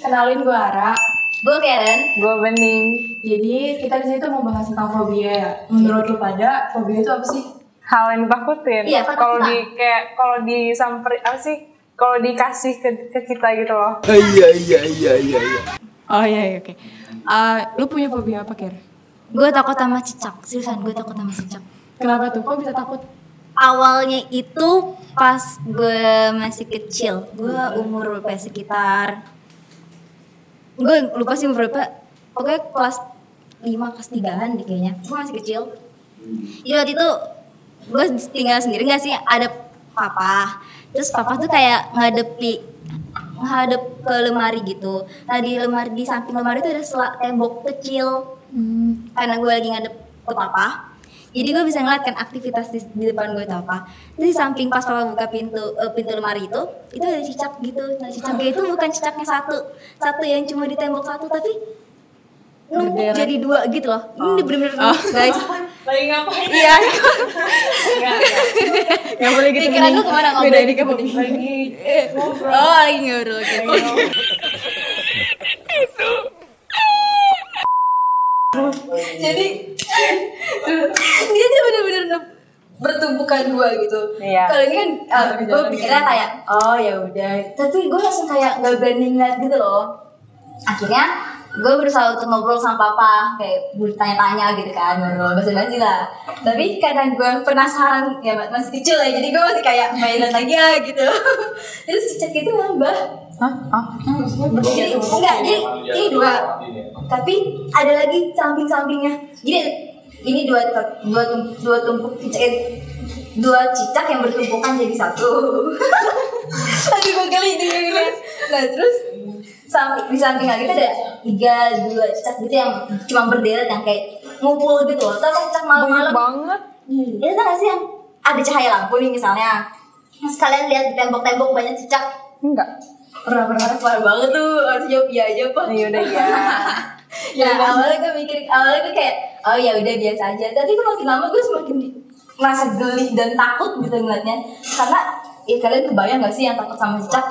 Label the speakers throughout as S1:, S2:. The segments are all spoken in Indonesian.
S1: kenalin gue Ara.
S2: Gue Karen.
S3: Gue bening.
S1: Jadi kita di sini tuh mau bahas tentang fobia ya. Menurut lu pada fobia itu apa sih?
S3: Hal yang ditakutin.
S2: Iya, takut
S3: kalau
S2: lah.
S3: di kayak kalau disamperin apa sih? Kalau dikasih ke, ke kita gitu loh.
S1: Oh iya, iya oke. Eh, lu punya fobia apa Kir?
S2: Gue takut sama cicak. Seriusan, gue takut sama cicak.
S1: Kenapa tuh? Kok bisa takut?
S2: Awalnya itu pas gue masih kecil. Gue umur berapa ya, sekitar... Gue lupa sih umur berapa. Pokoknya kelas 5, kelas 3-an deh kayaknya. Gue masih kecil. Jadi waktu itu gue tinggal sendiri gak sih? Ada papa. Terus papa tuh kayak ngadepi ngadep ke lemari gitu. Nah di lemari di samping lemari itu ada selak tembok kecil karena gue lagi ngadep ke papa jadi gue bisa ngeliat kan aktivitas di, di depan gue itu apa terus di samping pas papa buka pintu eh, pintu lemari itu itu ada cicak gitu nah cicaknya itu bukan cicaknya satu satu yang cuma di tembok satu tapi numpuk
S3: Berderet.
S2: jadi dua gitu loh
S1: Oh.
S2: ini bener-bener numpuk, guys
S3: Lagi ngapain?
S2: iya
S1: Gak boleh gitu.
S2: Pikiran lu kemana, Om?
S1: Beda ini ke bening.
S3: Lagi
S2: oh lagi ngobrol oke. jadi dia tuh bener-bener nep- bertumpukan dua gitu.
S3: Iya. gitu.
S2: Kalau ini kan gue pikirnya kayak oh ya udah, tapi gue langsung kayak nggak berani ngeliat gitu loh. Akhirnya gue berusaha untuk ngobrol sama papa kayak bertanya-tanya gitu kan ngobrol basa-basi lah tapi karena gue penasaran ya masih kecil ya jadi gue masih kayak mainan lagi ya gitu terus cicak itu nambah
S3: Hah? Hah?
S2: jadi enggak jadi ini dua tapi ada lagi samping sampingnya jadi ini dua ter- dua tum- dua tumpuk cicak eh, dua cicak yang bertumpukan jadi satu lagi gue geli di sini. nah terus samping di samping lagi tuh ada tiga dua cicak gitu yang cuma berderet yang kayak ngumpul gitu loh tapi cicak
S3: Banyak
S2: malam-malam Iya.
S3: banget.
S2: itu tau gak sih yang ada cahaya lampu nih misalnya Terus kalian lihat di tembok-tembok banyak cicak
S3: Enggak.
S2: pernah-pernah parah banget tuh harus jawab iya aja pak
S3: Iya udah ya.
S2: nah awalnya gue mikir awalnya gue kayak oh ya udah biasa aja tapi gue makin lama gue semakin di- merasa geli dan takut gitu ngeliatnya karena ya kalian kebayang gak sih yang takut sama cicak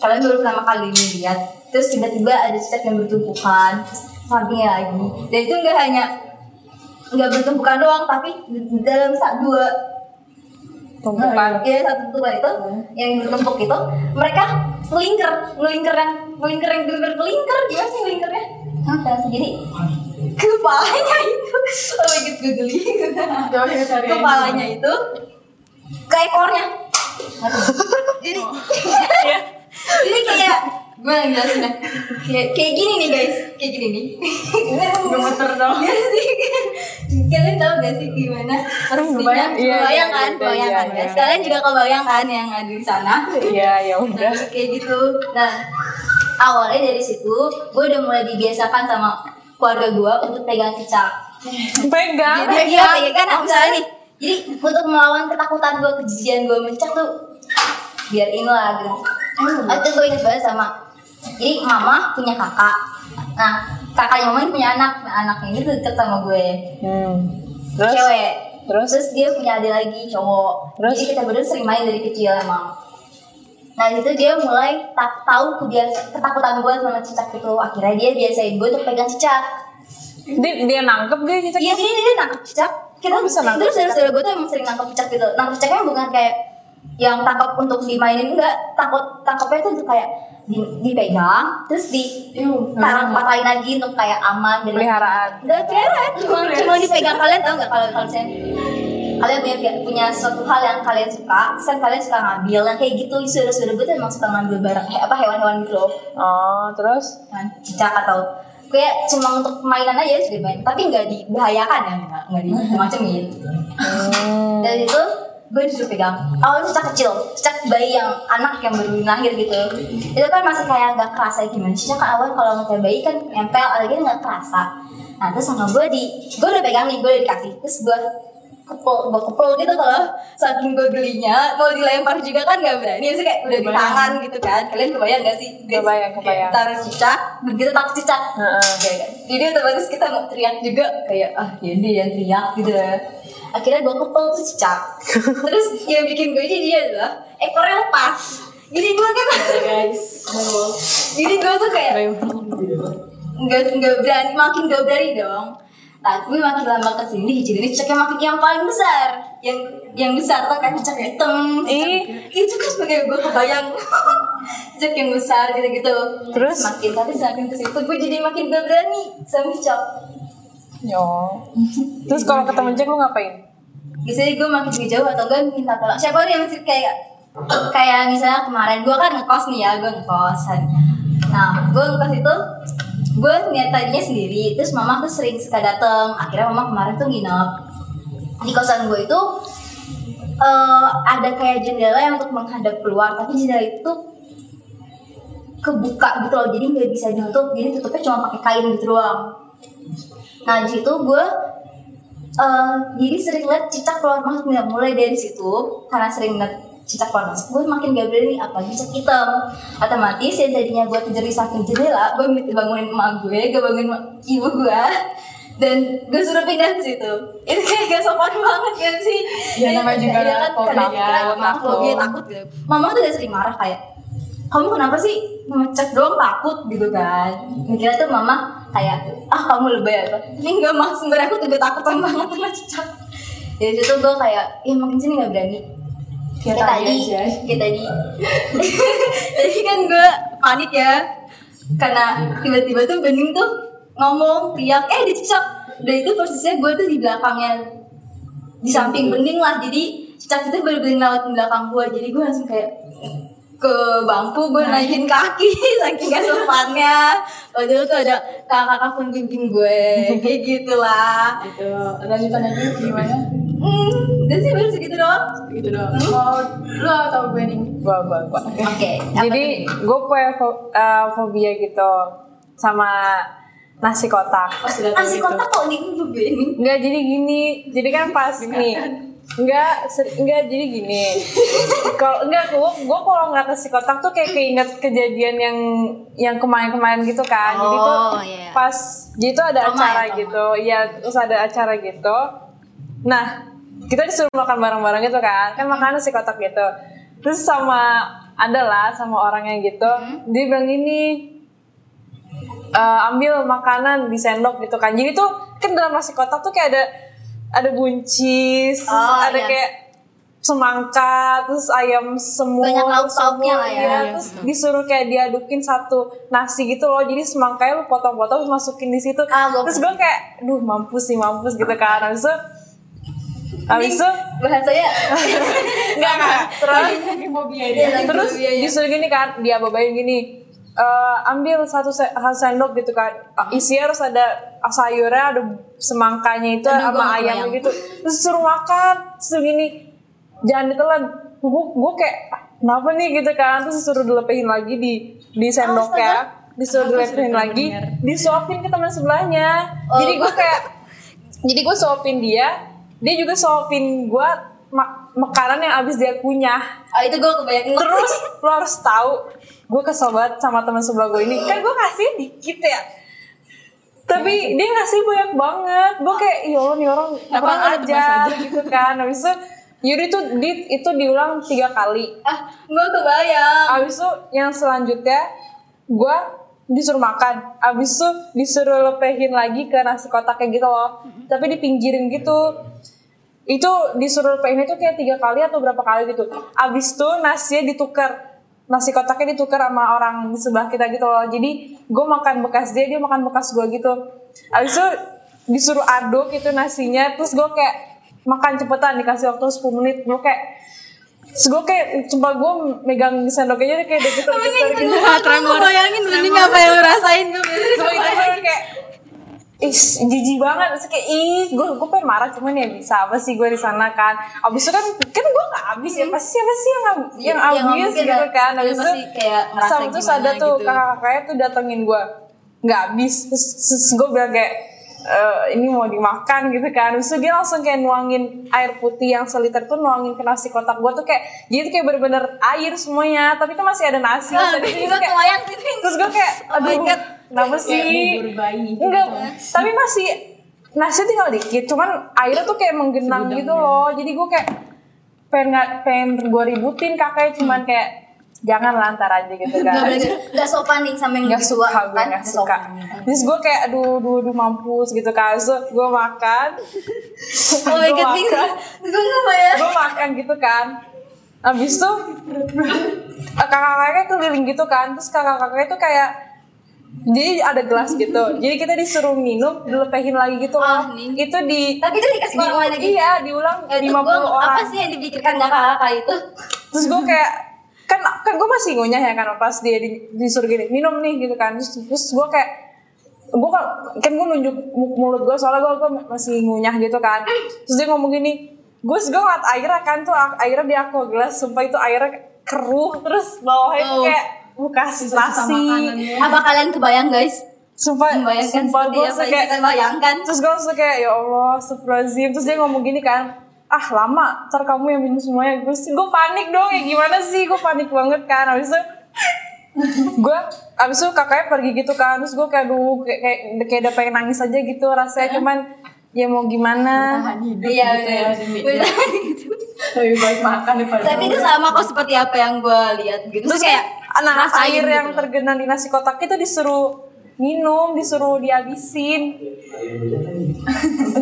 S2: kalian baru pertama kali ini lihat terus tiba-tiba ada cicak yang bertumpukan terus sampingnya lagi dan itu nggak hanya nggak bertumpukan doang tapi di di dalam sa- dua
S3: Tumpukan.
S1: Nah,
S2: Iya satu tuban itu yang bertumpuk itu mereka ngelingker ngelingker yang ngelingker yang bener ngelingker gimana sih ngelingkernya? Hah, kalian sendiri kepalanya itu oh my god gue geli
S1: iya.
S2: kepalanya
S3: Iya.
S2: itu ke ekornya jadi
S3: Oh. Iya.
S2: jadi kayak gue yang jelasin ya kayak kayak gini nih guys kayak gini nih
S3: Gemeter dong.
S2: Iya sih. kalian tahu gak sih gimana posisinya
S3: Kebayang, iya,
S2: kebayang kan
S3: iya,
S2: kebayang kan
S3: iya,
S2: guys
S3: iya.
S2: kalian juga kebayang kan yang ada di sana
S3: Iya, ya
S2: Nah,
S3: udah.
S2: kayak gitu nah awalnya dari situ gue udah mulai dibiasakan sama keluarga gue untuk pegang cicak
S3: Pegang.
S2: jadi iya kayak kan misalnya nih jadi untuk melawan ketakutan gue kejijian gue mencak tuh biarin lah gitu itu gue inget banget sama jadi mama punya kakak nah kakaknya mama ini punya anak nah, anaknya ini tuh deket sama gue
S3: Hmm. Terus
S2: cewek
S3: Terus?
S2: terus dia punya adik lagi cowok
S3: Terus?
S2: jadi kita berdua sering main dari kecil emang nah itu dia mulai tak tahu kebiasa- ketakutan gue sama cicak itu akhirnya dia biasain gue untuk pegang cicak
S3: dia, dia gitu. nangkep gak cicak?
S2: Iya jadi dia nangkep cicak. Kita
S3: Oh, bisa nangkep
S2: terus saudara saudara gue tuh emang sering nangkep cicak gitu. Nangkep cicaknya bukan kayak yang tangkap untuk dimainin enggak, takut tangkapnya itu untuk kayak di- dipegang, terus di taruh patahin lagi untuk kayak aman dan
S3: Peliharaan.
S2: Enggak peliharaan, cuma cuma dipegang kalian tau nggak kalau kalau misalnya kalian punya punya suatu hal yang kalian suka, sen kalian suka ngambil, nah kayak gitu saudara saudara gue tuh emang suka ngambil barang he- apa hewan-hewan gitu loh
S3: Oh, terus?
S2: kan cicak atau kayak cuma untuk mainan aja sudah main tapi nggak dibahayakan ya nggak nggak di
S3: Mm-hmm.
S2: macam gitu
S3: Hmm.
S2: dari itu gue disuruh pegang awalnya cicak kecil cicak bayi yang anak yang baru lahir gitu itu kan masih kayak nggak kerasa gimana cicak kan awalnya kalau ngeliat bayi kan nempel lagi nggak kerasa nah terus sama gue di gue udah pegang nih gue udah dikasih terus gue kepul gue kepul gitu kalau saking gue gelinya mau dilempar juga kan nggak berani Maksudnya kayak udah di
S3: Kebayang.
S2: tangan gitu kan kalian kebayang gak sih guys?
S3: Kebayang, kebayang.
S2: Kayak taruh cicak begitu tak cicak
S3: Heeh.
S2: Oke, jadi otomatis kita mau teriak juga kayak ah ya dia yang teriak gitu ya. "Eh, akhirnya gue kepel tuh cicak terus yang bikin gue ini dia adalah ekornya lepas jadi gue kan
S1: guys
S2: jadi gue tuh kayak nggak nggak berani makin gak berani dong tapi makin lama kesini hijau ini ceknya makin yang paling besar yang yang besar tuh kan cek hitam
S3: Ih.
S2: cek- itu kan sebagai gue kebayang cek yang besar gitu gitu
S3: Terus?
S2: makin tapi semakin kesitu gue jadi makin gak berani sama cok
S3: Yo. Terus kalau ketemu Jack lu ngapain?
S2: biasanya gue makin jauh atau gue minta tolong siapa orang yang masih kayak kayak misalnya kemarin gue kan ngekos nih ya gue ngekosan nah gue ngekos itu gue niat tadinya sendiri terus mama tuh sering suka dateng akhirnya mama kemarin tuh nginep di kosan gue itu eh, ada kayak jendela yang untuk menghadap keluar tapi jendela itu kebuka gitu loh jadi nggak bisa ditutup jadi tutupnya cuma pakai kain gitu doang nah di situ gue Eh, jadi sering lihat cicak keluar masuk nggak mulai dari situ karena sering lihat cicak keluar masuk gue makin gak berani apalagi cicak hitam otomatis yang tadinya gue tidur di samping jendela gue minta bangunin emak gue gue bangunin emak- ibu gue dan gue suruh pindah ke situ itu kayak gak sopan banget kan sih
S1: Ya, namanya juga
S2: Iya kan,
S1: takut,
S2: kadang-
S1: ya,
S2: kadang fobia,
S1: maklum.
S2: takut gitu mama tuh udah sering marah kayak kamu kenapa sih ngecek doang takut gitu kan mikirnya tuh mama kayak ah kamu lebay apa tapi enggak mas sebenernya aku udah takut banget sama cicak jadi situ gue kayak ya makin sini nggak berani
S1: Kayak tadi aja.
S2: kayak tadi tadi kan gue panik ya karena tiba-tiba tuh bening tuh ngomong teriak eh dicicak dan itu posisinya gue tuh di belakangnya di samping bening lah jadi cicak itu bener-bener lewat di belakang gue jadi gue langsung kayak ke bangku gue naikin kaki saking gak sopannya padahal tuh ada kakak-kakak pembimbing gue kayak gitulah
S1: itu lanjutan lagi Gitu. gimana
S2: hmm dan sih baru segitu doang
S1: gitu doang oh lo atau gue nih
S3: Gua, gua, gua.
S2: oke apa
S3: Jadi gue punya fo- eh, fobia gitu sama nasi kotak.
S1: pas udah
S2: tuh?
S1: tahu
S2: asik
S1: gitu
S2: kotak kok nih gue bening
S3: Enggak jadi gini, jadi kan pas nih. Enggak, ser- enggak jadi gini. Kalau enggak gue gue kalau nggak ke psikotak tuh kayak keinget kejadian yang yang kemarin-kemarin gitu kan. jadi tuh
S2: Oh, iya.
S3: pas jadi tuh ada
S2: Trauma ya,
S3: acara
S2: trauma.
S3: gitu. Iya, terus ada acara gitu. Nah, kita disuruh makan bareng-bareng gitu kan. Kan makanan nasi kotak gitu. Terus sama adalah sama orangnya gitu.
S2: Hmm.
S3: Dia bilang gini, eh, ambil makanan di sendok gitu kan jadi tuh kan dalam nasi kotak tuh kayak ada ada buncis
S2: Oh,
S3: ada
S2: iya.
S3: kayak semangka terus ayam semur
S2: Banyak lauk-lauknya
S3: semur,
S2: lah ya.
S3: iya.
S2: Iya.
S3: terus disuruh kayak diadukin satu nasi gitu loh jadi semangkanya lu potong-potong terus masukin di situ
S2: Ah, gua-
S3: terus gue kayak duh mampus sih mampus gitu kan habis itu habis itu
S2: bahasanya
S3: enggak enggak terus
S1: Ini fobia dia
S2: Iya,
S3: terus
S2: iya, iya.
S3: disuruh gini kan dia babain gini "Eh, ambil satu se- satu sendok gitu kan isinya harus ada ah, sayurnya ada semangkanya itu sama
S2: Aduh, gua nggak
S3: ayam
S2: kebayang.
S3: gitu terus suruh makan terus gini jangan ditelan gue gue kayak "Ah, kenapa nih gitu kan terus suruh dilepehin lagi di di
S2: Oh,
S3: sendoknya disuruh dilepehin lagi disuapin ke teman sebelahnya
S2: Oh.
S3: jadi gue kayak jadi gue suapin dia dia juga suapin gue mak- makanan yang abis dia kunyah
S2: oh itu gue kebayang
S3: Terus lo harus tahu gue kesel banget sama teman sebelah gue ini. Kan gue ngasih dikit ya. Tapi dia ngasih banyak banget. Gue kayak ya Allah nih orang
S1: Apa
S3: kurang
S1: ada
S3: aja,
S1: teman saja?
S3: gitu kan. Habis itu Yuri tuh di- itu diulang tiga kali.
S2: ah gue kebayang
S3: Habis itu yang selanjutnya gue disuruh makan. Habis itu disuruh lepehin lagi ke nasi kotak kayak gitu loh. Tapi dipinggirin gitu. Itu disuruh lepehin itu kayak tiga kali atau berapa kali gitu. Habis itu nasinya ditukar. Nasi kotaknya ditukar sama orang di sebelah kita gitu loh. Jadi gue makan bekas dia, dia makan bekas gue gitu. Habis itu disuruh aduk itu nasinya. Terus gue kayak makan cepetan dikasih waktu 10 menit. Gue kayak Terus gue kayak, coba gue megang sendoknya dia kayak deket-deket gitu.
S2: Tremor. bayangin bening apa yang lo rasain gue
S3: Gue itu bener kayak Ih, jijik banget. Terus kayak ih, gue gue pengen marah cuman ya bisa apa sih gue di sana kan. Abis itu kan kan gue nggak habis ya pasti siapa sih yang yang
S2: Iya, nggak
S3: habis
S2: mungkin
S3: gitu
S2: kan.
S3: kan. Abis
S2: Dia pasti kayak ngerasa
S3: sama terus
S2: gimana
S3: ada tuh
S2: gitu.
S3: kakak-kakaknya tuh datengin gue nggak habis. Terus, gue bilang kayak "Eh, ini mau dimakan gitu kan. Terus dia langsung kayak nuangin air putih yang seliter tuh nuangin ke nasi kotak gue tuh kayak jadi kayak bener-bener air semuanya. Tapi tuh masih ada nasi. Tapi itu
S2: gue
S3: kayak
S2: kebayang sih
S3: terus gue kayak
S2: Oh my
S3: aduh
S2: God.
S3: kenapa sih
S1: bubur bayi gitu.
S3: enggak tapi masih nasi tinggal dikit cuman airnya tuh kayak
S2: Hmm.
S3: menggenang gitu loh jadi gue kayak pengen nggak- pengen gue ributin kakaknya cuman kayak jangan lantar aja gitu
S2: Gak
S3: kan
S2: boleh gitu. Gak sopan nih sama yang
S3: nggak
S2: lebih
S3: suka
S2: tua,
S3: gue
S2: kan?
S3: nggak
S2: Gak
S3: suka
S2: sopan.
S3: terus gue kayak aduh aduh aduh mampus gitu kan so, gue makan
S2: Oh my god, bingung. Gue gak bayar.
S3: gue makan gitu kan abis tuh eh, kakak-kakaknya keliling gitu kan terus kakak-kakaknya tuh kayak jadi ada gelas gitu jadi kita disuruh minum dilepehin lagi gitu loh
S2: Ah, nih.
S3: itu di
S2: Tapi itu dikasih
S3: di-
S2: orang lain lagi.
S3: iya diulang
S2: Ya, itu
S3: 50
S2: gue
S3: orang
S2: apa sih yang dipikirkan kakak-kakak itu?
S3: terus gue
S2: Hmm.
S3: kayak kan kan gue masih ngunyah ya kan pas dia di- disuruh gini minum nih gitu kan terus, terus gue kayak gue kan kan gue nunjuk mu- mulut gue soalnya gue masih ngunyah gitu kan terus dia ngomong gini Gus gue ngeliat airnya kan tuh a- airnya di aqua gelas sumpah itu airnya keruh terus bawahnya tuh
S2: Oh.
S3: kayak bekas nasi
S1: makanannya.
S2: Apa kalian kebayang
S3: Iya.
S2: guys?
S3: sumpah
S2: Membayangkan
S3: sumpah
S2: seperti
S3: gue
S2: apa yang
S3: kayak
S2: kita bayangkan?
S3: terus gue langsung kayak ya Allah astagfirullahaladzim terus dia ngomong gini kan ah lama ntar kamu yang minum semuanya gue sih- gue panik dong ya gimana sih gue panik banget kan habis itu gue abis itu kakaknya pergi gitu kan terus gue kayak aduh kayak kayak, kayak udah pengen nangis aja gitu rasanya cuman ya mau gimana
S1: Tahan hidup
S2: Iya,
S1: gitu ya, demi
S2: bener.
S1: dia. Lebih baik makan daripada
S2: Tapi itu sama kok seperti apa yang gue lihat gitu. Terus kayak
S3: nah
S2: rasain
S3: air
S2: gitu
S3: yang
S2: loh.
S3: tergenang di nasi kotak itu disuruh minum disuruh dihabisin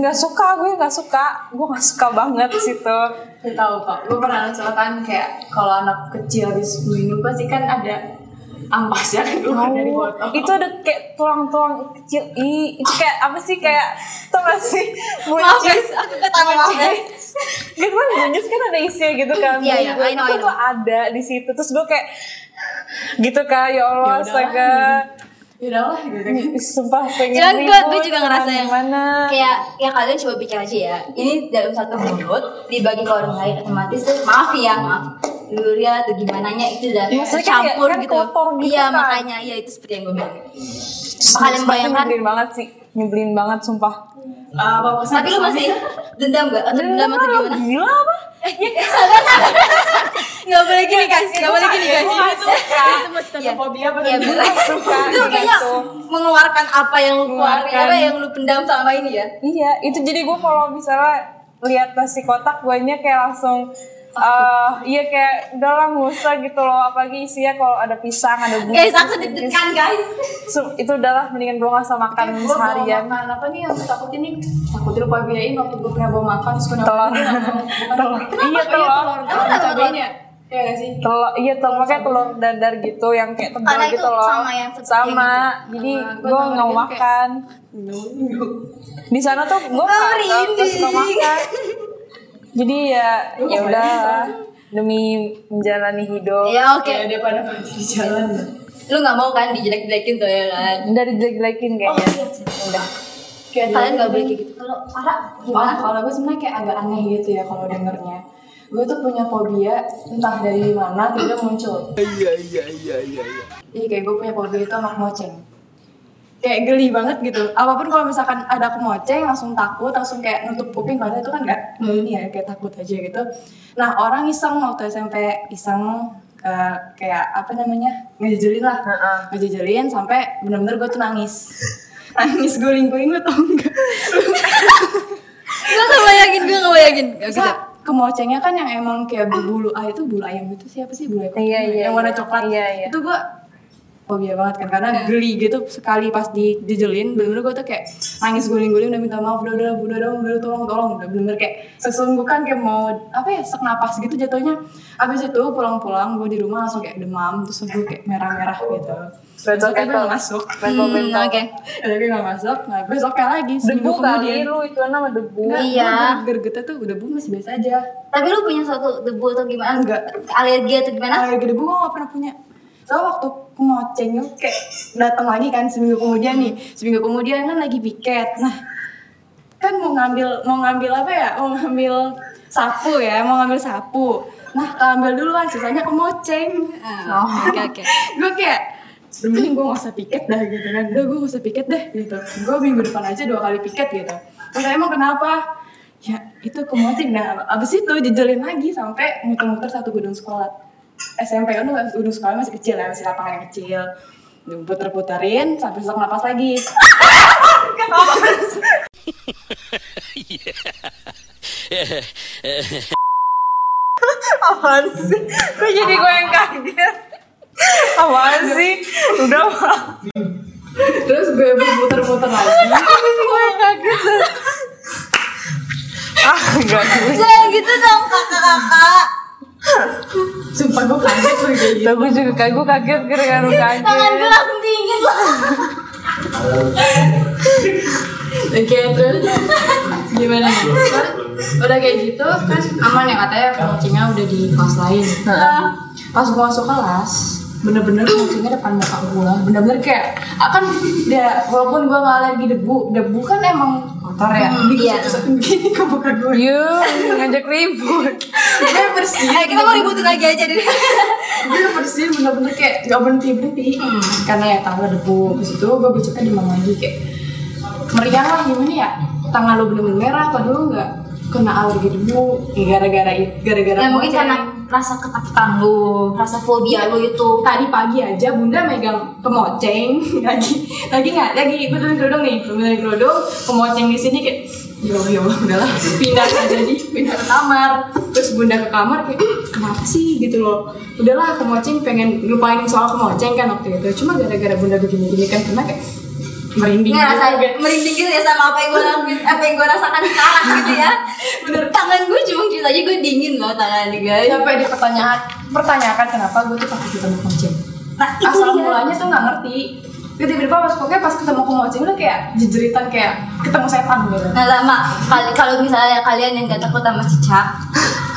S3: nggak suka gue nggak suka gue nggak suka banget di situ
S1: Gue tahu kok, gue pernah soalnya kan kayak kalau anak kecil habis minum pasti kan ada ampas ya kan keluar dari botol.
S3: itu ada kayak tulang-tulang kecil i itu kayak apa sih kayak tau gak sih
S2: Maaf
S3: buncis
S2: guys, aku ketawa maaf guys.
S3: gitu kan buncis kan ada isinya gitu kan
S2: Iya, iya, I know,
S3: itu
S2: I
S3: tuh ada di situ terus gue kayak gitu kan ya
S1: Ya
S3: Allah
S1: udahlah,
S3: astaga
S1: Ya udahlah gitu kan.
S3: sumpah pengen
S2: Cuman gue
S3: ribut,
S2: gue Iya, juga ngerasa yang
S3: gimana
S2: kayak ya kalian coba pikir aja ya. Ini dalam satu mulut dibagi ke orang lain otomatis tuh maaf ya maaf durian atau gimana nya itu udah
S3: Iya, maksudnya kayak-
S2: campur
S3: kan
S2: gitu.
S3: kotor gitu
S2: Iya
S3: kan.
S2: makanya iya itu seperti yang gue bilang. Kalian
S3: Sumpah,
S2: bayangkan
S3: nyebelin banget sih nyebelin banget sumpah
S1: Ah, apa pesan?
S2: tapi lu masih dendam gak? Atau dendam atau
S3: Gila,
S2: gimana?
S3: gila apa
S2: Gak boleh gini
S3: Iya,
S2: guys, gak boleh gini guys
S1: Wah, itu itu masih
S2: Iya.
S1: fobia apa?
S2: Iya
S1: tuh?
S2: bener
S3: Suka,
S2: Lu kayaknya
S3: gitu.
S2: mengeluarkan apa yang lu keluarin,
S1: Mengeluarkan.
S2: apa yang lu pendam selama ini ya
S3: Iya, itu jadi gue kalau misalnya lihat nasi kotak guanya kayak langsung eh iya kayak udah lah nggak usah gitu loh apalagi isinya kalau ada pisang ada buncis
S2: Guys aku
S3: buncis.
S2: deg-degan guys
S3: gitu. Su- itu udahlah mendingan gue nggak usah makan
S1: Gue bawa
S3: seharian
S1: makan apa nih yang gue takutin nih takut lupa biayain waktu gue pernah bawa makan terus gue
S3: Telur.
S1: nafsu, nggak mau. Bukan- Kenapa? Iya
S3: Telur. Iya, telur.
S1: telur
S2: Emang
S1: Ada
S2: kenapa
S1: cabainya Iya gak sih?
S3: telur iya telur kayak telur dadar gitu yang kayak tebal
S2: Karena itu
S3: gitu loh
S2: sama yang gitu. seperti
S3: sama
S2: yang
S3: jadi
S1: Sama. Gua
S3: gue nggak
S1: tawarin
S3: mau
S1: kayak-
S3: makan di sana tuh gue
S2: Gua
S3: nggak terus
S2: merinding.
S3: nggak makan jadi ya
S1: Lu
S3: ya
S1: ngapain
S3: udah
S1: di sana?
S3: demi menjalani hidup
S2: Ya oke
S1: Kayak daripada pergi di jalan
S2: Lu gak mau kan dijelek-jelekin tuh ya kan
S3: dari jelek-jelekin
S2: Oh
S3: kayaknya
S2: siap, siap.
S3: udah
S1: Kayak dulu-
S2: Kalian
S1: kan
S2: gak boleh kayak gitu Kalau Ara
S1: Wah,
S2: gimana?
S1: kalau gue sebenarnya kayak agak aneh gitu ya kalau dengernya. Gue tuh punya fobia entah dari mana tiba muncul. Iya iya iya iya iya. Jadi kayak gue punya fobia itu sama kemoceng. Kayak geli banget gitu. Apapun kalau misalkan ada kemoceng langsung takut, langsung kayak nutup kuping padahal itu kan nggak nggak ini ya kayak takut aja gitu. Nah orang iseng waktu SMP iseng eh, kayak apa namanya ngejejelin lah
S3: Heeh.
S1: ngejejelin sampai bener-bener gue tuh nangis nangis gue lingkuin gue tau enggak
S2: Gue gak bayangin, gue gak bayangin Hmm, Gak
S1: Bisa kemocengnya kan yang emang kayak bulu ayam itu bulu ayam itu siapa sih bulu ayam
S3: Iya, iya,
S1: yang warna
S3: iya.
S1: coklat
S3: Iya, iya.
S1: itu gue fobia banget kan karena geli gitu sekali pas dijejelin bener-bener gue tuh kayak nangis guling-guling udah minta maaf udah udah udah dong udah tolong tolong udah bener-bener kayak sesungguhkan kayak mau apa ya sek napas gitu jatuhnya abis itu pulang-pulang gue di rumah langsung kayak demam terus gue kayak merah-merah gitu terus
S3: Betul,
S1: gue
S3: betul.
S1: gak masuk
S3: Bentol,
S2: Hmm,
S3: bentol.
S2: oke
S1: tapi gak masuk nah besoknya lagi
S3: Debu
S1: seminggu
S3: kali
S1: kemudian
S3: lu itu nama debu.
S1: Enggak, gua
S2: Iya.
S1: gergetnya tuh udah bu masih biasa aja
S2: Tapi lu punya suatu debu atau gimana?
S1: Enggak.
S2: Alergi atau gimana?
S1: alergi debu gue gak pernah punya soalnya waktu kemoceng tuh kayak datang lagi kan seminggu kemudian nih seminggu kemudian kan lagi piket nah kan mau ngambil mau ngambil apa ya mau ngambil sapu ya mau ngambil sapu nah keambil duluan sisanya kemoceng
S2: Oh, Oke oke
S1: gue kayak "Udah, mending gue gak usah piket dah gitu kan udah gue gak usah piket deh gitu gue minggu depan aja dua kali piket gitu terus emang kenapa ya itu kemoceng nah abis itu dijelin lagi sampai muter-muter satu gedung sekolah SMP kan lu gedung sekolah masih kecil ya masih lapangan yang kecil puter-puterin sampai sesak napas lagi
S3: Apaan sih? Kok jadi gue yang kaget? Apaan sih? Udah Pak.
S1: Terus gue berputar-putar lagi.
S3: Gue yang kaget. Ah, enggak
S2: Jangan gitu dong kakak-kakak.
S1: Sumpah gue kaget gue kayak gitu.
S3: Tapi gue juga kaget, gue kaget gara-gara lu
S2: Tangan gue
S3: kaget
S2: langsung dingin lah.
S1: Oke terus gimana nih? Terus, Udah kayak gitu kan aman ya katanya kucingnya udah di kelas lain. Pas gue masuk kelas bener-bener kucingnya depan muka gue bener-bener kayak akan ya walaupun gue nggak alergi debu debu kan emang kotor ya
S2: Hmm, iya.
S1: dikusut-kusut gini ke muka gue
S3: You, ngajak ribut
S1: gue bersihin
S2: Ayo Iya, kita mau ributin lagi aja deh.
S1: gue bersihin bener-bener kayak gak berhenti berhenti karena ya tahu lah debu terus itu gue besoknya demam lagi kayak meriang lah gimana ya tangan lo bener-bener merah padahal lo nggak kena alergi debu ya gara-gara itu gara-gara
S2: Ya mungkin
S1: kucing.
S2: karena rasa ketakutan lu, rasa fobia lu itu.
S1: tadi pagi aja bunda megang pemoceng lagi lagi nggak lagi gue turun kerudung nih turun kerudung pemoceng di sini kayak yo yo udahlah pindah aja di pindah ke kamar terus bunda ke kamar kayak "Ih, kenapa sih gitu loh udahlah pemoceng pengen lupain soal pemoceng kan waktu itu cuma gara-gara bunda begini gini kan kena kayak merinding
S2: Ngerasa
S1: juga.
S2: merinding gitu ya sama apa yang gue lakuin, apa yang gue rasakan sekarang gitu ya.
S1: Bener.
S2: Tangan gue cuma cerita aja gue dingin loh tangan gue. guys.
S1: sampai dipertanyaan pertanyakan kenapa gue tuh pakai ketemu pemoceng
S2: Nah itu
S1: asal
S2: dia.
S1: mulanya tuh nggak ngerti gue tiba-tiba pas pokoknya pas ketemu kumocing udah kayak jejeritan kayak ketemu setan gitu
S2: Nah lama kali kalau misalnya kalian yang gak takut sama cicak,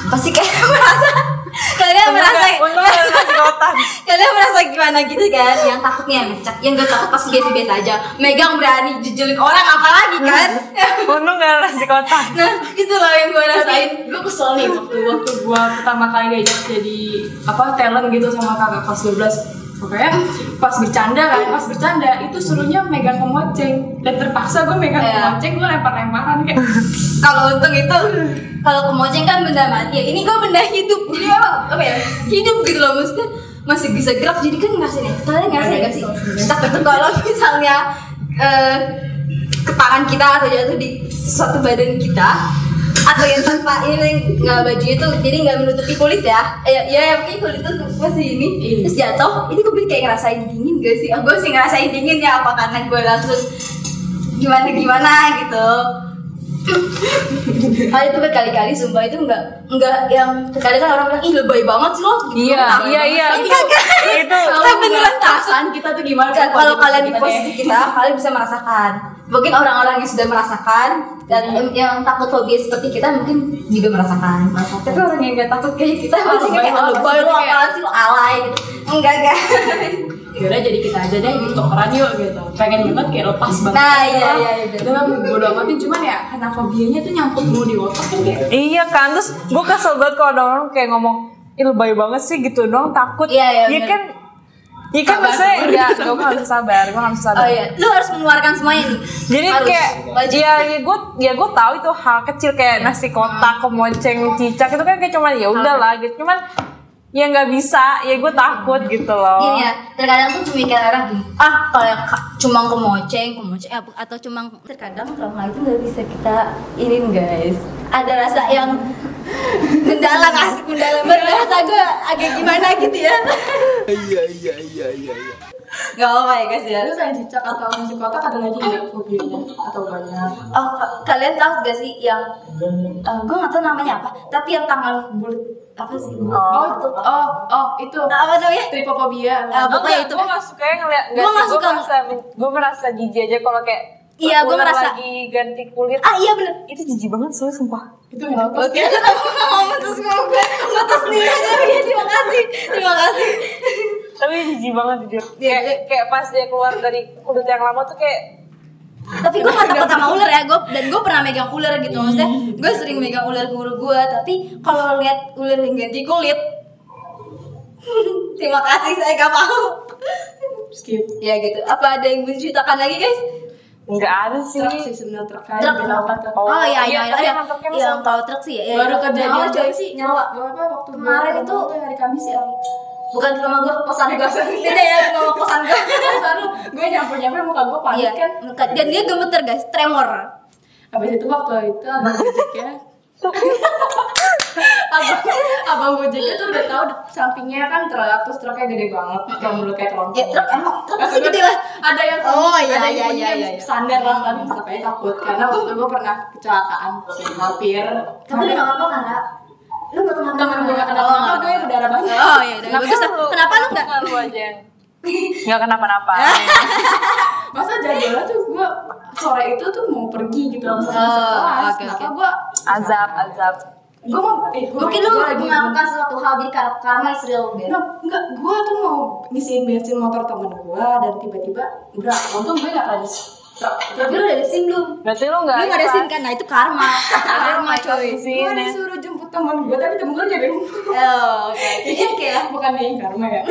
S2: pasti kalian merasa kalian merasa
S3: Untung ada nasi kotak
S2: kalian merasa gimana gitu kan yang takutnya yang cicak yang gak takut pasti biasa biasa aja megang berani jejelin orang apalagi kan
S3: Nah. Untung gak ada nasi kotak
S2: nah itu loh yang gue rasain
S1: rasain gue kesel nih waktu waktu gue pertama kali diajak jadi apa talent gitu sama kakak kelas 12 pokoknya pas bercanda kan pas bercanda itu suruhnya megang kumocing dan terpaksa gue megang
S2: Iya. Nah,
S1: kumoceng gue lempar-lemparan kayak
S2: kalau untung itu kalau kemoceng kan benda mati ya ini gue benda hidup jadi emang apa ya hidup gitu loh maksudnya masih bisa gerak jadi kan ngerasain ya kalian ngerasain gak sih takut tuh kalau misalnya eh, ke tangan kita atau jatuh di suatu badan kita atau yang tanpa ini nggak bajunya tuh jadi nggak menutupi kulit ya Eh, ya ya mungkin kulit tuh masih ini
S1: Iya.
S2: terus jatuh ini gue kayak ngerasain dingin gak sih gue sih ngerasain dingin ya apa karena gue langsung gimana gimana gitu Ah itu berkali-kali sumpah itu enggak enggak yang terkadang kan orang bilang ih lebay banget sih lo. gitu."
S3: Iya,
S2: Lebay
S3: iya,
S2: banget.
S3: iya.
S2: Tapi kagak.
S3: Itu
S2: Kita beneran takut.
S1: perasaan kita tuh gimana Gitu
S2: Enggak, Kalau kalian di
S1: kita deh.
S2: posisi kita, kalian bisa merasakan. Mungkin orang-orang yang sudah merasakan dan em- yang takut fobia seperti kita mungkin juga merasakan.
S1: Merasakan.
S2: Tapi orang yang enggak takut kayak kita
S1: Oh,
S2: pasti kayak
S1: lebay lo,
S2: lebay lo
S1: pasti kayak-
S2: apaan sih lo alay gitu. Enggak, enggak.
S1: yaudah jadi kita aja deh gitu tukeran yuk gitu pengen banget kayak lepas banget
S2: Nah, iya, iya, iya.
S1: udah lah bodo amatin cuman ya karena fobianya tuh nyangkut mulu di otak kan kayak
S3: Iya kan, terus gue kesel banget kalau ada orang kayak ngomong Ih lebay banget sih gitu doang, takut
S2: Iya, iya,
S3: Ya
S2: bener.
S3: kan Iya kan
S1: Sabar,
S3: maksudnya,
S1: sabar.
S3: enggak, gue gak bisa sabar, gue gak bisa sabar
S2: Oh iya, lu harus mengeluarkan semuanya nih.
S3: Jadi
S2: Harus.
S3: kayak,
S2: wajib.
S3: ya, ya gue ya gue tahu itu hal kecil kayak nasi
S2: Ah.
S3: kotak, kemoceng, cicak itu kan kayak cuman ya udahlah gitu, cuman ya nggak bisa, ya
S2: Iya.
S3: gue takut gitu loh.
S2: Gini ya, terkadang tuh pemikiran orang gini, ah kalau yang ka- cuma kemoceng, kemoceng, eh, atau cuma terkadang trauma itu nggak bisa kita inin guys. Ada rasa yang mendalam asik mendalam berasa gue agak gimana gitu ya.
S4: Iya iya iya iya iya.
S2: Gak apa ya guys ya.
S1: Terus saya cicak atau nasi kotak ada lagi nggak fobianya atau banyak?
S2: Oh, ka- kalian tahu gak sih yang eh, gue gak tahu namanya apa, tapi yang tangan bulat apa sih?
S1: Oh, oh, oh, itu
S2: Nah, apa namanya?
S1: tripofobia.
S2: Ah,
S1: Apa?
S2: pokoknya itu.
S3: gue gak suka yang ngeliat,
S2: Gua nggak
S3: gue
S2: suka.
S3: merasa, gue merasa jijik aja kalau kayak
S2: Iya, gua
S3: ular
S2: merasa.
S3: lagi ganti kulit.
S2: Ah iya bener.
S3: Itu jijik banget soalnya sumpah.
S1: Itu yang
S2: Oke, aku mau ngomong terus gue gue terus nih aja. Iya, Terima kasih, terima kasih.
S3: Tapi jijik banget jujur.
S2: Iya,
S3: Kayak, kayak pas dia keluar dari kulit yang lama tuh kayak
S2: Tapi gue gak takut sama ular ya, gue dan gue pernah megang ular gitu maksudnya. Gue sering megang ular guru gue, tapi kalau lihat ular yang ganti kulit, terima kasih saya gak mau.
S1: skip.
S2: ya gitu. Apa ada yang mau diceritakan lagi guys?
S3: nggak ada sih.
S1: Truk sih sebenarnya truk kan.
S2: Truk.
S1: Belakang ke-
S2: Oh, iya
S3: iya,
S2: iya iya.
S3: tapi
S2: iya.
S3: emang truknya
S2: Yang
S3: masuk.
S2: kalau truk sih ya.
S1: Baru
S2: iya.
S1: kejadian
S2: Nyawa coy sih, nyawa.
S1: Apa waktu
S2: Kemarin
S1: gua-
S2: itu-
S1: gua hari Kamis ya.
S2: Bukan rumah gue, kosan gue.
S1: Iya,
S2: Beda ya rumah kosan gue.
S1: Selalu gue nyampe nyampe muka gue panik
S2: Iya,
S1: kan.
S2: dan dia gemeter guys, tremor.
S1: Habis itu waktu itu ada jejaknya. abang abang gojeknya tuh udah tahu sampingnya kan truk terus truknya gede banget kayak mulut kayak tronton
S2: Ya, truk emang, truk
S1: Nah,
S2: pasti
S1: terus
S2: gede lah.
S1: ada yang
S2: Oh, iya,
S1: ada
S2: iya,
S1: yang
S2: iya,
S1: bunyi
S2: iya, iya.
S1: standar lah kan makanya takut karena waktu gue pernah kecelakaan hampir
S2: Tapi lu gak apa-apa kan, Ra? Lu gak kenapa
S1: Kamar gue gak kenapa-napa gue berdarah banyak
S2: Oh iya, udah bagus lah. Kenapa lu gak?
S3: Lu aja yang nggak kenapa-napa.
S1: masa jadwalnya tuh gue sore itu tuh mau pergi gitu langsung
S2: Oh,
S1: kelas
S2: oke,
S1: kenapa
S2: oke.
S1: gue
S3: Azab, azab.
S1: gue mau eh, gua-
S2: Mungkin lu
S1: gua lagi-
S2: melakukan sesuatu hal jadi kar- karma is real Ben.
S1: Nah, enggak, gue tuh mau ngisiin bensin motor temen gue dan tiba-tiba udah untung gue gak tadi truk
S2: Tapi lu udah ada SIM belum?
S3: Berarti lu
S2: Lu
S3: nggak
S2: gak ada SIM kan? Nah itu karma. karma coy.
S1: gue disuruh jemput temen gue tapi temen gue jagain gue.
S2: Oh, oke. Oke,
S1: Iya,
S2: oke lah.
S1: bukan nih karma ya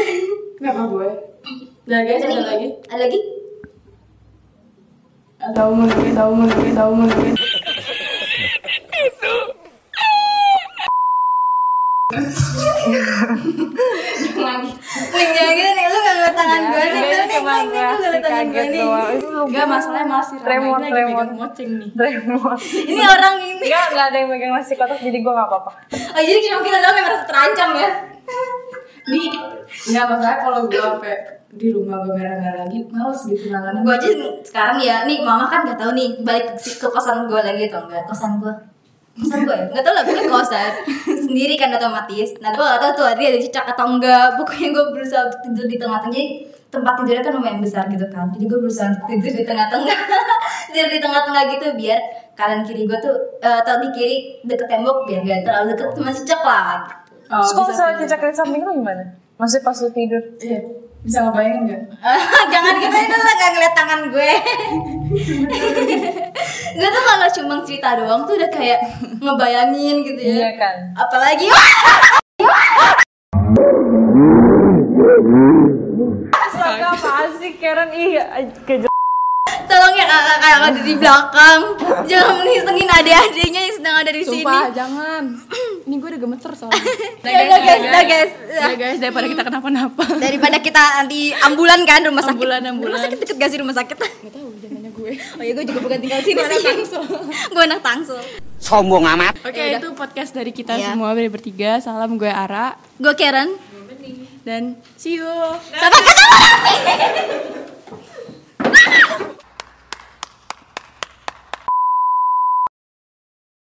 S1: kenapa gue udah Nah, guys ada lagi
S2: Ada lagi?
S1: eh, tahu mau lagi tahu mau lagi tahu mau lagi jangan
S2: Wing jangan nih, ya, lu gak ngeliat tangan gue nih. Lu nih,
S3: cuma
S2: Wing, nih, lu gak ngeliat tangan gue
S3: kaget
S2: nih.
S3: doang. Itu lu
S1: enggak masalahnya masih ramai
S3: Tremor,
S1: lagi
S3: tremor.
S1: megang moceng nih
S3: Tremor.
S2: Ini orang ini.
S3: Enggak, enggak ada yang megang nasi kotak jadi gue gak apa-apa.
S2: Oh jadi cuma kita doang yang merasa terancam ya.
S1: di nggak masalah kalau gue sampai di rumah gue merah-merah lagi males gitu nangannya
S2: Gue Nah, aja sekarang ya, nih mama kan gak tahu nih balik ke ke kosan gue lagi atau enggak kosan gue. Kosan gue ya, gak tau lah gue kosan sendiri kan otomatis. Nah gue gak tau tuh dia ada cicak atau enggak. Pokoknya gue berusaha untuk tidur di tengah-tengah. Jadi tempat tidurnya kan lumayan besar gitu kan. Jadi gue berusaha untuk tidur di tengah-tengah, tidur di tengah-tengah gitu biar kanan kiri gue tuh eh, atau di kiri deket tembok biar gak terlalu deket sama cicak lah. Gitu.
S1: Oh,
S3: Terus kalau
S1: bisa
S3: misalnya
S1: tidur.
S3: cecakin samping lu gimana? Maksudnya pas lu tidur.
S1: Iya, bisa ngebayangin nggak?
S2: jangan gitu itu lah gak ngeliat tangan gue gue tuh kalau cuma cerita doang tuh udah kayak ngebayangin gitu ya
S3: Iya kan?
S2: apalagi wah
S3: Astaga, apaan sih Karen? Ih, kejel.
S2: tolong ya kakak kakak ada di belakang jangan menisengin adik-adiknya yang sedang ada di sini
S5: jangan. Ini gue udah gemeter soalnya.
S2: ya udah guys udah guys
S5: Ya Nah, guys, daripada kita kenapa-napa.
S2: iya, daripada kita nanti ambulan kan rumah sakit
S5: Ambulan, ambulan.
S2: rumah sakit deket gak sih rumah sakit
S5: Gak tahu jangannya gue.
S2: oh iya gue juga bukan tinggal sini sih gue anak tangsel Ya
S4: Sombong amat.
S5: Oke, itu podcast dari kita
S2: Iya.
S5: semua dari bertiga. Salam gue Ara
S2: gue Karen
S5: dan see you.
S2: sampai ketemu lagi